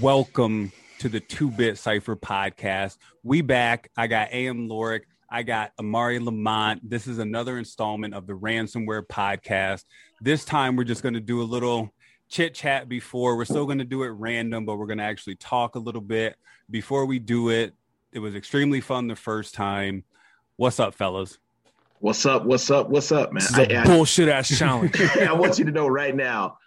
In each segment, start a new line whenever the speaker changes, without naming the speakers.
Welcome to the Two Bit Cipher podcast. We back. I got AM Lorick. I got Amari Lamont. This is another installment of the Ransomware podcast. This time, we're just going to do a little chit chat before. We're still going to do it random, but we're going to actually talk a little bit before we do it. It was extremely fun the first time. What's up, fellas?
What's up? What's up? What's up, man?
This is
I,
a bullshit ass challenge.
I, I want you to know right now,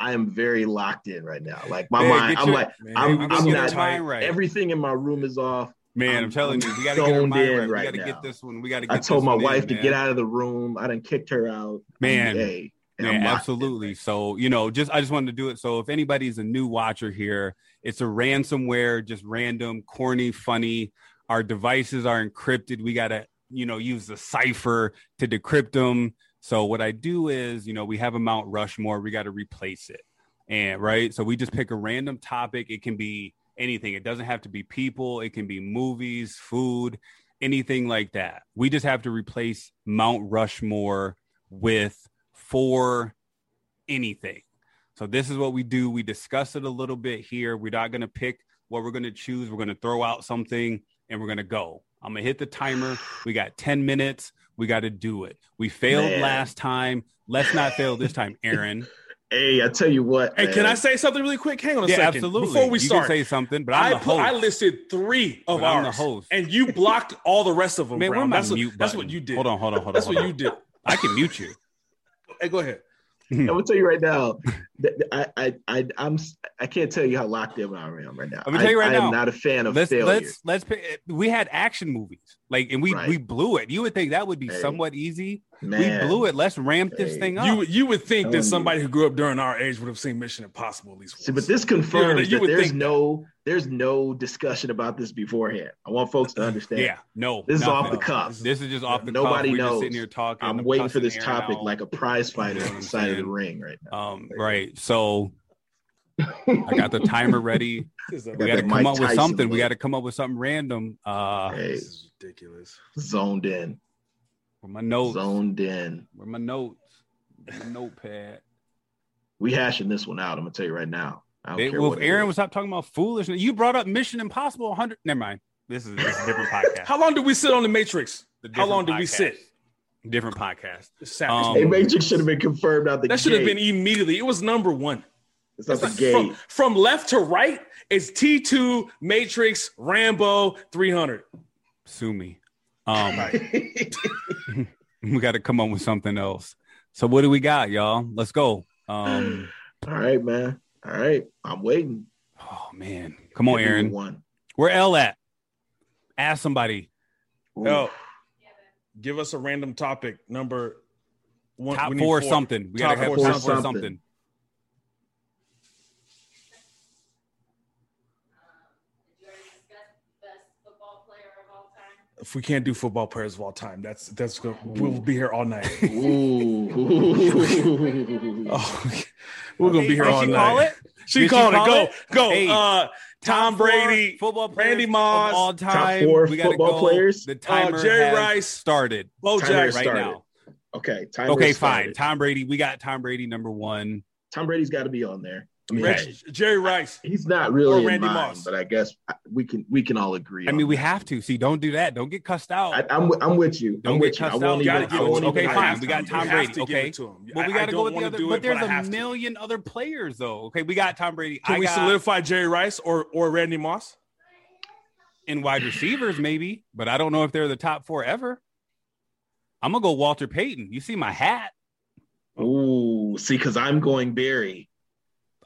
I am very locked in right now. Like my
Man,
mind,
get
I'm
your-
like,
man,
I'm,
get
I'm
your
not
mind right.
Everything in my room is off.
Man, I'm,
I'm-
telling you, we got to
I'm
get our
zoned
mind
in
right.
right
we got to
now.
get this one. We got to.
I told my wife to get out of the room. I done kicked her out.
Man.
Hey, and
Yeah,
I'm locked in.
absolutely. So, you know, just I just wanted to do it. So, if anybody's a new watcher here, it's a ransomware, just random, corny, funny. Our devices are encrypted. We got to, you know, use the cipher to decrypt them. So, what I do is, you know, we have a Mount Rushmore, we got to replace it. And right. So, we just pick a random topic. It can be anything, it doesn't have to be people, it can be movies, food, anything like that. We just have to replace Mount Rushmore with for anything. So this is what we do. We discuss it a little bit here. We're not going to pick what we're going to choose. We're going to throw out something and we're going to go. I'm going to hit the timer. We got 10 minutes. We got to do it. We failed
Man.
last time. Let's not fail this time, Aaron.
Hey, I tell you what.
hey, can
man.
I say something really quick? Hang on a
yeah,
second.
absolutely.
Before we
you
start,
can say something, but I'm
I,
the
put,
host.
I listed three of
But I'm the
ours,
host.
and you blocked all the rest of them.
Man, where
Brown.
my
That's, what-
mute
that's
button?
what you did.
Hold on, hold on, hold on.
That's
hold
what
on.
you did.
I can mute you.
Hey, go ahead.
I'm gonna tell you right now. That that I, I, I, I'm, s- I can't tell you how locked in I am right now.
Let me tell you
I-
right
I
now.
am not a fan of
let's
failure.
let's let's pick, we had action movies like and we
Right.
we blew it. You would think that would be
Hey.
somewhat easy.
man.
We blew it. Let's ramp this
Hey.
thing up.
You would- you would think that
Telling you.
somebody who grew up during our age would have seen Mission Impossible at least once.
See, but this confirms
you
that
would
there's
think that.
no there's no discussion about this beforehand. I want folks to understand.
yeah, no.
This is off
nothing.
the cuff.
This is just off the
Nobody
cuff. We're just
knows.
sitting here talking.
I'm waiting for
cussing
this
Aaron
topic
out.
like a prize fighter
You know
on
what I'm
the side of the
saying?
ring right
um right. So I got the timer ready.
This is a-
We
Got
got to
that
come
Mike
up with
Tyson
something. We
look.
got to come up with something random.
now.
Uh,
Hey,
this is ridiculous.
zoned in,
where my notes?
zoned in.
Where my notes? My notepad.
We hashing this one out. I'm gonna tell you right now. I don't
They-
care
well,
what
if
it
Aaron
is.
was not talking about foolishness, you brought up Mission Impossible 100. Never mind. This is, this is a different podcast.
How long did we sit on the Matrix?
The different
How long did we
podcast.
sit?
Different podcast.
It's sad.
Um,
Hey, Matrix should have been confirmed out the
That
gate.
should have been immediately. It was number one.
It's out the
It's like
gate.
From, from left to right, it's T2, Matrix, Rambo, 300.
Sue me. Um, we got to come up with something else. So what do we got, y'all? Let's go. Um,
All right, man. All right, I'm waiting.
oh man, come on,
Give me
Aaron.
One.
Where L at? Ask somebody.
Ooh.
Oh, give us a random topic number one.
Top
we need
four, or something. We gotta
Top
have
four
top four
something.
something.
If we can't do football players of all time, that's that's good. We'll be here all night.
Ooh.
Oh, we're gonna be here
Did
all
she
night.
call it?
She
Did she
called
call
it.
it?
Go go.
Hey,
uh, Tom
Top four
Brady,
football players
Randy
of
Moss,
all time.
four
we gotta
football
go.
players.
The
uh,
timer
Jerry
has
Rice,
started
Timer
Bo Jackson.
has
right
started.
now.
Okay, time
Okay,
has
fine.
started.
Tom Brady. We got Tom Brady number one.
Tom Brady's got to be on there. I mean,
Okay.
that's-
Rich- Jerry Rice.
he's not really
Or
in
Randy
mine,
Moss.
but I guess we can we can all agree.
I
on
mean, we
that.
have to see. Don't do that. Don't get cussed out.
I, I'm, wi- I'm with you.
Don't
I'm
get
with you. I
cussed out.
won't
You
even.
gotta
I
give it
won't
to- okay,
even
fine.
pass
We got
You
Tom
have
Brady,
to give
okay.
it to him.
Well, we
I- I
got to go
don't
with the
wanna
other.
do it,
but there's
I have
a
to.
million other players, though. Okay, we got Tom Brady.
Can
I
we
got
solidify Jerry Rice or or Randy Moss?
in wide receivers, maybe, but I don't know if they're the top four ever. I'm gonna go Walter Payton. You see my hat?
Ooh, see, because I'm going Barry.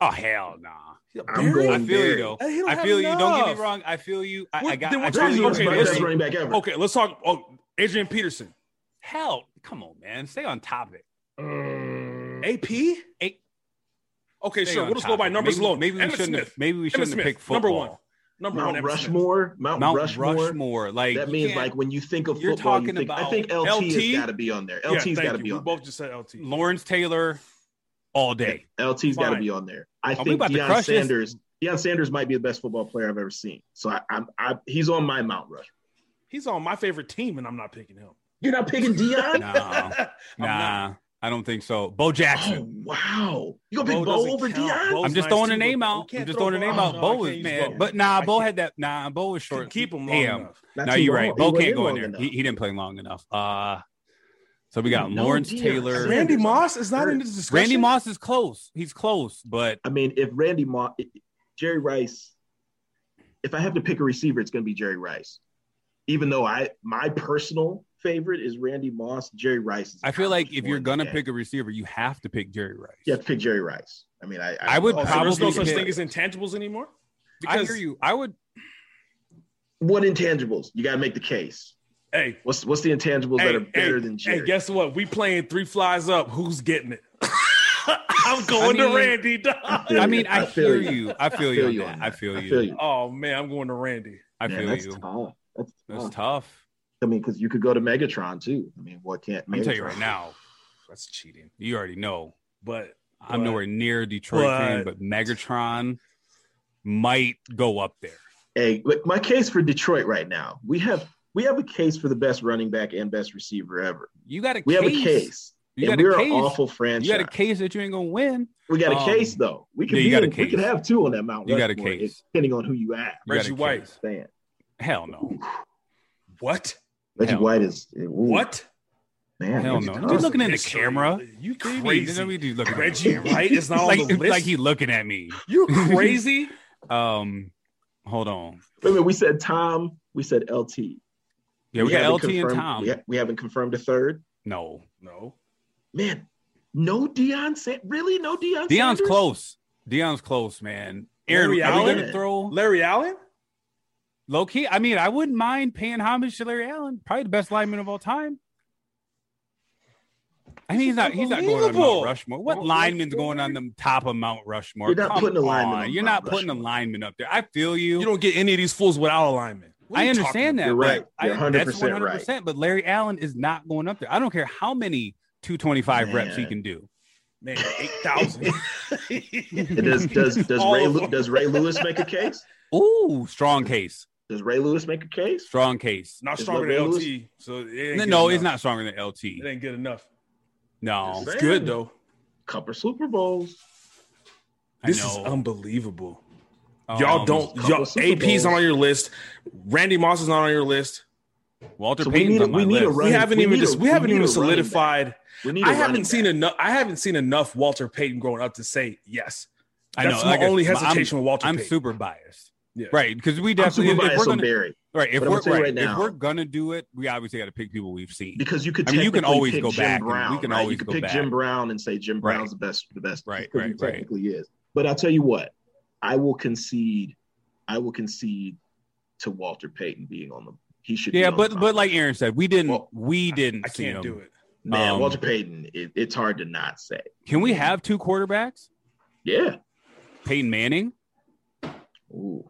Oh hell, nah.
I'm going
I feel you
Barry.
though.
Hey, he don't
I
have
feel you. Don't get
enough.
me wrong. I feel you. I,
What-
I got.
then
I
what
feel
Brady
you.
was
Okay,
Brady's my
better
best
than-
listen.
running back ever.
Okay, let's talk. Oh, Adrian Peterson,
Hell, come on, man. Stay on topic.
Mm,
AP.
Hey,
Okay,
stay
sure.
on
We'll just go by
topic.
numbers
maybe,
alone.
Maybe we
Emmitt
shouldn't.
Smith.
Have, maybe we shouldn't
Emmitt
have picked
Smith, number
football.
one. Number
Mount
one. Emmitt Smith.
Rushmore. Mount,
Mount
Rushmore.
Rushmore. Like
That
you
means
can't-
like when you think of
you're
football, you
talking
think, I
about
think LT,
LT?
has got to be on there.
Yeah,
LT's
thank
got to
you.
be
We
on there.
both just said LT.
Lawrence Taylor, all day.
LT's got to
Fine.
be on there. I
we
think
about to
Deion
crush this?
Sanders. Deion Sanders might be the best football player I've ever seen. So I, I'm, I, he's on my Mount Rushmore.
He's on my favorite team, and I'm not picking him.
You're not picking Deion.
Nah,
I'm not.
nah. I don't think so. Bo Jackson.
Oh wow, you gonna
Bo
pick Bo
doesn't
over
count.
Dion?
Bo's
I'm just
nice
throwing
too,
a
but
name
we
out.
can't
I'm just
throw
throwing a
Bo-
name
oh,
out.
no, I
Bo
can't
is
use
man,
Bo.
but nah,
I
Bo
can't-
had that. Nah, Bo was short.
keep him long
Damn.
enough.
No,
too
you're
long.
right.
He
Bo
wasn't
can't
in
go in
long
there.
enough.
He, he didn't play long enough. Uh, so we got
No,
Lawrence
Deion
Taylor.
Sanders.
Randy Moss is not in this discussion.
Randy Moss is close. He's close, but
I mean, if Randy Moss, Jerry Rice, if I have to pick a receiver, it's going to be Jerry Rice. Even though I, my personal favorite is Randy Moss, Jerry Rice. Is
I feel like
accomplished
if
more
you're
in the
gonna
game.
pick a receiver, you have to pick Jerry Rice.
you have to pick Jerry Rice. I mean, I,
I would
Oh, so
probably
there's no such
pick-
thing as intangibles anymore.
I hear you. I would.
what intangibles? You got to make the case.
Hey,
What's what's the intangibles that
hey,
are better
hey,
than
hey,
Jerry?
guess what? We playing three flies up. Who's getting it? I'm going
mean-
to Randy. dog.
feel
I mean,
you.
I,
I feel
hear you. I feel you. on
on
that. I
that.
feel
I
you.
Oh man, I'm going to Randy.
I
Man,
feel
that's
you.
tough. That's
That's
tough.
tough.
I mean, because you could go to Megatron too. I mean, what can't?
I'm gonna tell you
Megatron-
right now.
That's cheating.
You already know.
But
I'm
But-
nowhere near a Detroit fan, but Megatron might go up there.
Hey, look, my case for Detroit right now. We have we have a case for the best running back and best receiver ever.
You got a
We
case.
have a case.
You
and
got a
we're
case.
an awful
you
franchise.
got a case that you ain't gonna win.
we got a
um,
case though. We could
yeah, you
be
got a
in- we
case.
could have two on that Mount.
You got a
Rushmore,
case.
it- depending on who you ask.
You got a
Reggie White.
case.
Stand.
Hell no.
what?
Reggie
Hell.
White is ooh,
What?
man.
Oh,
Hell
that's
no.
tough.
You're looking in the
History.
camera.
You
Crazy.
crazy?
We do look at
Reggie
him.
White is not on
like,
the
it's
list.
like he looking at me.
you crazy?
Um, hold on.
Wait a minute. We said Tom. We said LT.
Yeah, we, got
haven't
LT and
confirmed-
Tom.
We, ha- we haven't confirmed a third.
No,
no.
Man, no Deion. Sa- really, no Deion.
Dion's
Sanders?
close. Dion's close, man. Aaron,
Larry
are we
Allen?
gonna throw
Larry Allen?
low key? I mean, I wouldn't mind paying homage to Larry Allen. Probably the best lineman of all time. I mean, he's not he's not going on
Unbelievable.
Mount Rushmore. What
Don't
lineman's
like
going on the top of Mount Rushmore?
You're not
Come
putting a lineman
on.
on
You're
Mount
not putting a
Rushmore.
lineman up there. I feel
You
you.
don't get any of these fools without a lineman. What are
I
you
understand
talking
that.
You're
but
right.
I-
You're
that's
100%
100%.
right.
But Larry Allen is not going up there. I don't care how many 225 reps he
Man.
can do.
about? Man, 8,000.
And does does does
All
Ray
of
Lu-
them.
does Ray Lewis make a case?
Ooh, strong case.
Does Ray Lewis make a case?
Strong case.
not
Is
stronger
Ray
than
Lewis-
LT. So it ain't
No,
good
it's
enough.
not stronger than
It
LT.
ain't good enough.
No.
Just
It's
Man.
good, though.
Couple Super Bowls.
I
This
know.
is unbelievable.
Um,
y'all don't.
couple
Y'all,
Super
AP's not
Bowls.
on your list. Randy Moss is not on your list.
Walter
So we
Payton's
need a-
on my
we need a
list.
Running-
we haven't
we
even.
need a-
dis- we
we
haven't
need
even
a running back.
solidified.
We need. a
I
running
haven't seen
back.
enough. I haven't seen enough Walter Payton growing up to say yes.
I know.
That's
like I
my only
said, I'm-
hesitation with Walter
I'm
Payton.
super biased.
Yeah.
Right. Because we
I'm
definitely.
super
If, if we're
biased on
gonna,
Barry
right. If
but I'm
we're,
gonna tell you
right,
right
if
now-
we're going to do it, we obviously got to pick people we've seen.
because you could.
I mean, you can
technically
always
pick
go
Jim
back and
Brown,
we can
right?
always
you could
go
pick
back.
Jim Brown and say Jim
Right.
Brown's the best. The best.
Right,
because he
right, right.
Technically is. But I'll tell you what. I will concede. I will concede to Walter Payton being on the. He should.
Yeah,
be on the
but
top.
but like Aaron said, we didn't.
Well,
we didn't.
I can't do it.
man,
um,
Walter Payton. It, it's hard to not say.
Can
Mm-hmm.
we have two quarterbacks?
Yeah.
Peyton Manning.
Ooh.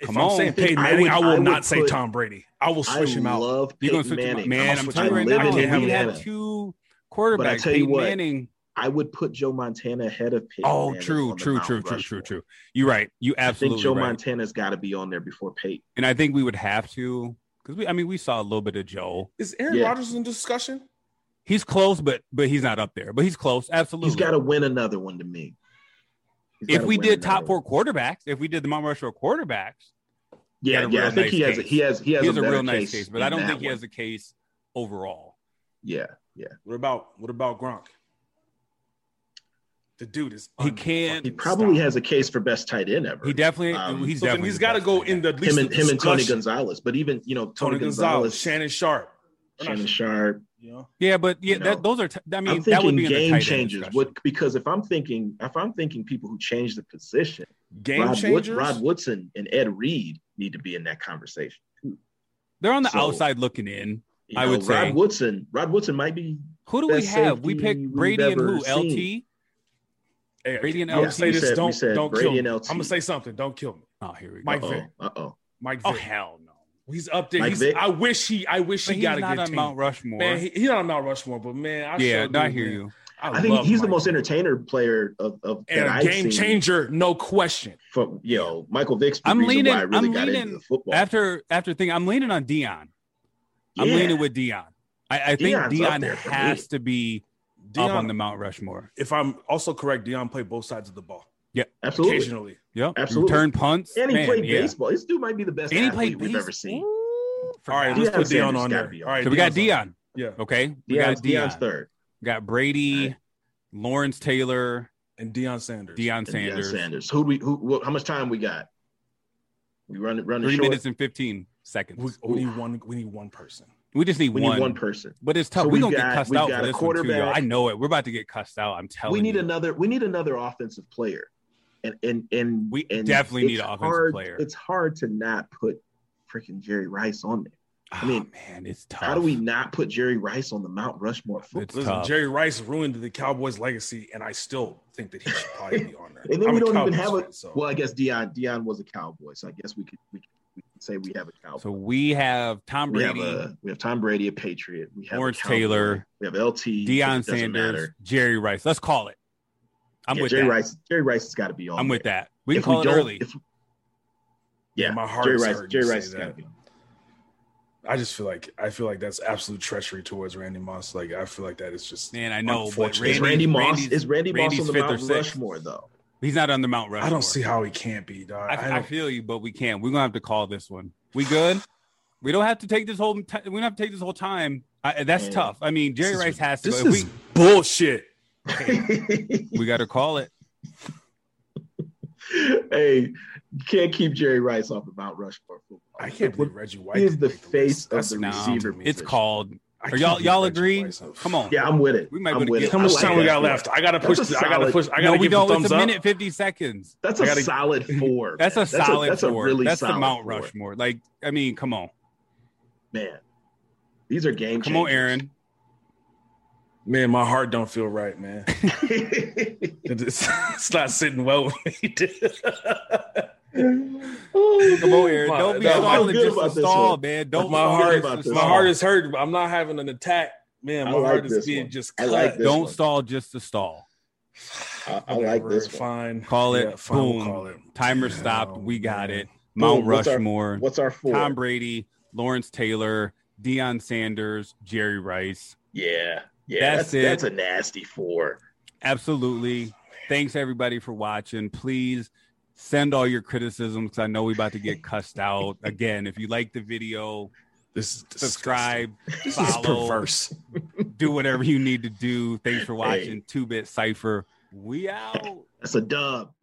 If
Come
I'm
on.
saying Peyton
I
Manning,
would-
I will
I would
not say
put-
Tom Brady. I will
I
switch him out.
love
You're going
Peyton
to switch
Manning.
man.
I'm
I'm
switching
telling you right
him. I
now,
live in
we
Indiana.
have two quarterbacks.
But I tell you
Peyton
what,
Manning.
I would put Joe Montana ahead of Peyton.
Oh,
Manning
true,
on the
true,
Mount
true, true,
Rushmore.
true, true. You're right. You
I think
absolutely
Joe
right.
Montana's got to be on there before Peyton.
And I think we would have to because we. I mean, we saw a little bit of Joe.
Is Aaron
Yeah.
Rodgers in discussion?
He's close, but but he's not up there. But he's close. Absolutely.
He's got to win another one to me. He's
if
gotta
we
win
did
another
top four
one.
quarterbacks, if we did the Mount Rushmore quarterbacks,
yeah,
got a
yeah, I
real
think he
nice
has. A,
case.
he has. He has
he has a,
better
real nice case. But I
in
don't
that
think he
one.
has a case overall.
Yeah,
What about what about Gronk? The dude is
He can't-
he
unfucking
probably
stoppable.
has a case for best tight end ever.
He definitely.
Um,
he's
So then
definitely.
he's
the
got to
best
go
right
in
now.
the at least
him and
the
him and Tony
discussion.
Gonzalez, but even you know Tony,
Tony Gonzalez, Shannon Sharp.
Shannon Sharp.
You know,
Yeah, but yeah,
You know,
that, those are. T- I
I
mean,
am
that would
thinking
be in the tight
game
end
changers.
discussion.
What because if I'm thinking if I'm thinking people who change the position,
game
Rod, Wood,
changers.
Rod Woodson and Ed Reed need to be in that conversation.
They're on the
So-
outside looking in.
You
I
know,
would
Rod
say-
Woodson. Rod Woodson might be
Who do we
Best
have? We
safety
picked
we've
Brady and
ever
who?
seen.
LT.
Hey,
Brady and
I'm
LT.
gonna say
We
this.
said- we
don't
said
don't
Brady
kill me.
and
I'm
LT.
gonna say something. Don't kill me,
Oh, here we go.
Mike
uh
Vick.
oh.
Mike Vick.
Oh hell no.
He's up there.
Mike
He's,
Vick.
I wish he. I wish
But
he
he's
got a
not
good
on
team.
Mount Rushmore.
Man, he, he's not on Mount Rushmore, but man, I
yeah,
sure
no, I
do,
hear
man.
you.
I think
love
he's the
Mike
most
Vick.
entertainer player of of that
and a
I've seen
game changer, no question.
From you know Michael Vick's the
I'm
reason
leaning-
why I really
I'm
got
leaning
into the football.
After after thing, I'm leaning on Dion. I'm
Yeah.
leaning with Dion. I, I think
Deion's up
Dion
there for me.
has to be up on the Mount Rushmore.
if I'm also correct, Dion played both sides of the ball
Absolutely.
occasionally.
Yep.
Absolutely.
Return punts.
And he
Man,
played
yeah.
baseball. This dude might be the best
And he
athlete
played
we've
baseball.
ever seen.
Ooh,
All right,
forgot.
Deion
let's put Dion
Sanders
on
gotta
there.
be on.
All right,
So we got
Deion's on.
Dion.
Yeah,
Okay. We
Dion's,
got Dion.
Dion's third.
Got Brady,
Right.
Lawrence Taylor,
and Dion Sanders.
Deion
And Deion
Sanders.
Sanders. Who do we? Who? What, how much time we got? We run running
Three
short.
minutes and 15 seconds.
We, we need one. We need one person.
We just need,
We
one.
need one person.
But it's tough.
So
We're
we've
gonna
got-
get cussed
we've
out
got
for
a
this one too. Yo.
quarterback.
I know it. We're about to get cussed out. I'm telling
We need
you.
another. We need another offensive player. And and and
We
and
definitely need
it's
an offensive
hard-
player.
It's hard to not put freaking Jerry Rice on there. I mean,
oh, man, it's tough.
How do we not put Jerry Rice on the Mount Rushmore? of
It's
football?
Listen,
tough.
Jerry Rice ruined the Cowboys' legacy, and I still think that he should probably be on there.
And then
I'm
we
a
don't even
Cowboys
have a.
fan, so.
Well, I guess Dion Dion was a Cowboy, so I guess we could we could, we could say we have a Cowboy.
So we have Tom
we have
Brady,
a we have Tom Brady, a Patriot. We have a
Lawrence
Cowboy.
Taylor,
We have
Deion
LT. it doesn't
Sanders,
matter.
Jerry Rice. Let's call it. I'm
Yeah,
with
Jerry
that.
Rice. Jerry Rice has got to be on.
I'm with
there.
that. We can
If
call it
don't-
early.
if- yeah,
my heart
Jerry
is
Rice.
hurt
Jerry
you
Rice has
say
got to
that.
be on.
I just feel like I feel like that's absolute treachery towards Randy Moss. Like I feel like that is just.
Man, I know. But
Unfortunately,
Is
Randy,
Randy Moss?
Randy's-
is Randy Moss
Randy's
on the
fifth or
Mount
sixth.
Rushmore though?
he's not on the Mount Rushmore.
I don't see how he can't be. Dog. I,
I, I
don't-
feel you, but we can't. We're gonna have to call this one. We good? We don't have to take this whole. T- we don't have to take this whole time. I, that's
Yeah.
tough. I mean, Jerry
is-
Rice has to.
this
go. If
is bullshit.
we we got to call it.
hey, you can't keep Jerry Rice off the Mount Rushmore football.
I can't believe Reggie White
He is
didn't
the
make
face
list.
of
That's
the
amazing to
receiver
me.
It's
Rich.
called.
I
Are
can't
y'all
believe
y'all
Reggie
agree?
White's up.
Come on.
Yeah, I'm with it.
We might
I'm
be able to
with
get-
it.
How
I
much
like
time we
that
got
four.
left? I gotta
That's
push.
a
The, I gotta
solid-
push. I
no,
gotta
we
give a
don't.
thumbs
It's a
up.
minute fifty seconds.
That's
I
a
gotta-
solid four.
That's
man.
a solid
That's a,
four.
really
that's the
solid
Mount
four.
Rushmore. Like, I mean, come on,
Man, these are game
come
changers.
on, Aaron.
Man, my heart don't feel right, man. It's, it's not sitting well with me. dude.
Come on, Aaron.
My-
Don't be
no, I feel
stalling
good
just to
about this
stall,
one.
man. Don't
my
stall
heart,
just to
about this
my
stall.
heart is hurt. But I'm not having an attack. Man,
I
my
like
heart is
this
being
one.
just
I
cut.
like this.
Don't
one.
stall just to stall.
I, I like this one.
Fine.
Call it.
Yeah, fine, we'll
Boom.
call it.
Timer
Yeah,
stopped. We got
man.
it. Mount
Boom. What's our-
Rushmore.
What's our four?
Tom Brady, Lawrence Taylor, Deion Sanders, Jerry Rice.
yeah, yeah.
That's
That's,
it.
that's a nasty four.
Absolutely. Thanks everybody for watching. Please send all your criticisms. I know we about to get cussed out again. If you like the video,
This is disgusting.
subscribe,
This is
follow,
perverse.
do whatever you need to do. Thanks for
Hey.
watching. Two Bit Cipher. We out.
That's a dub.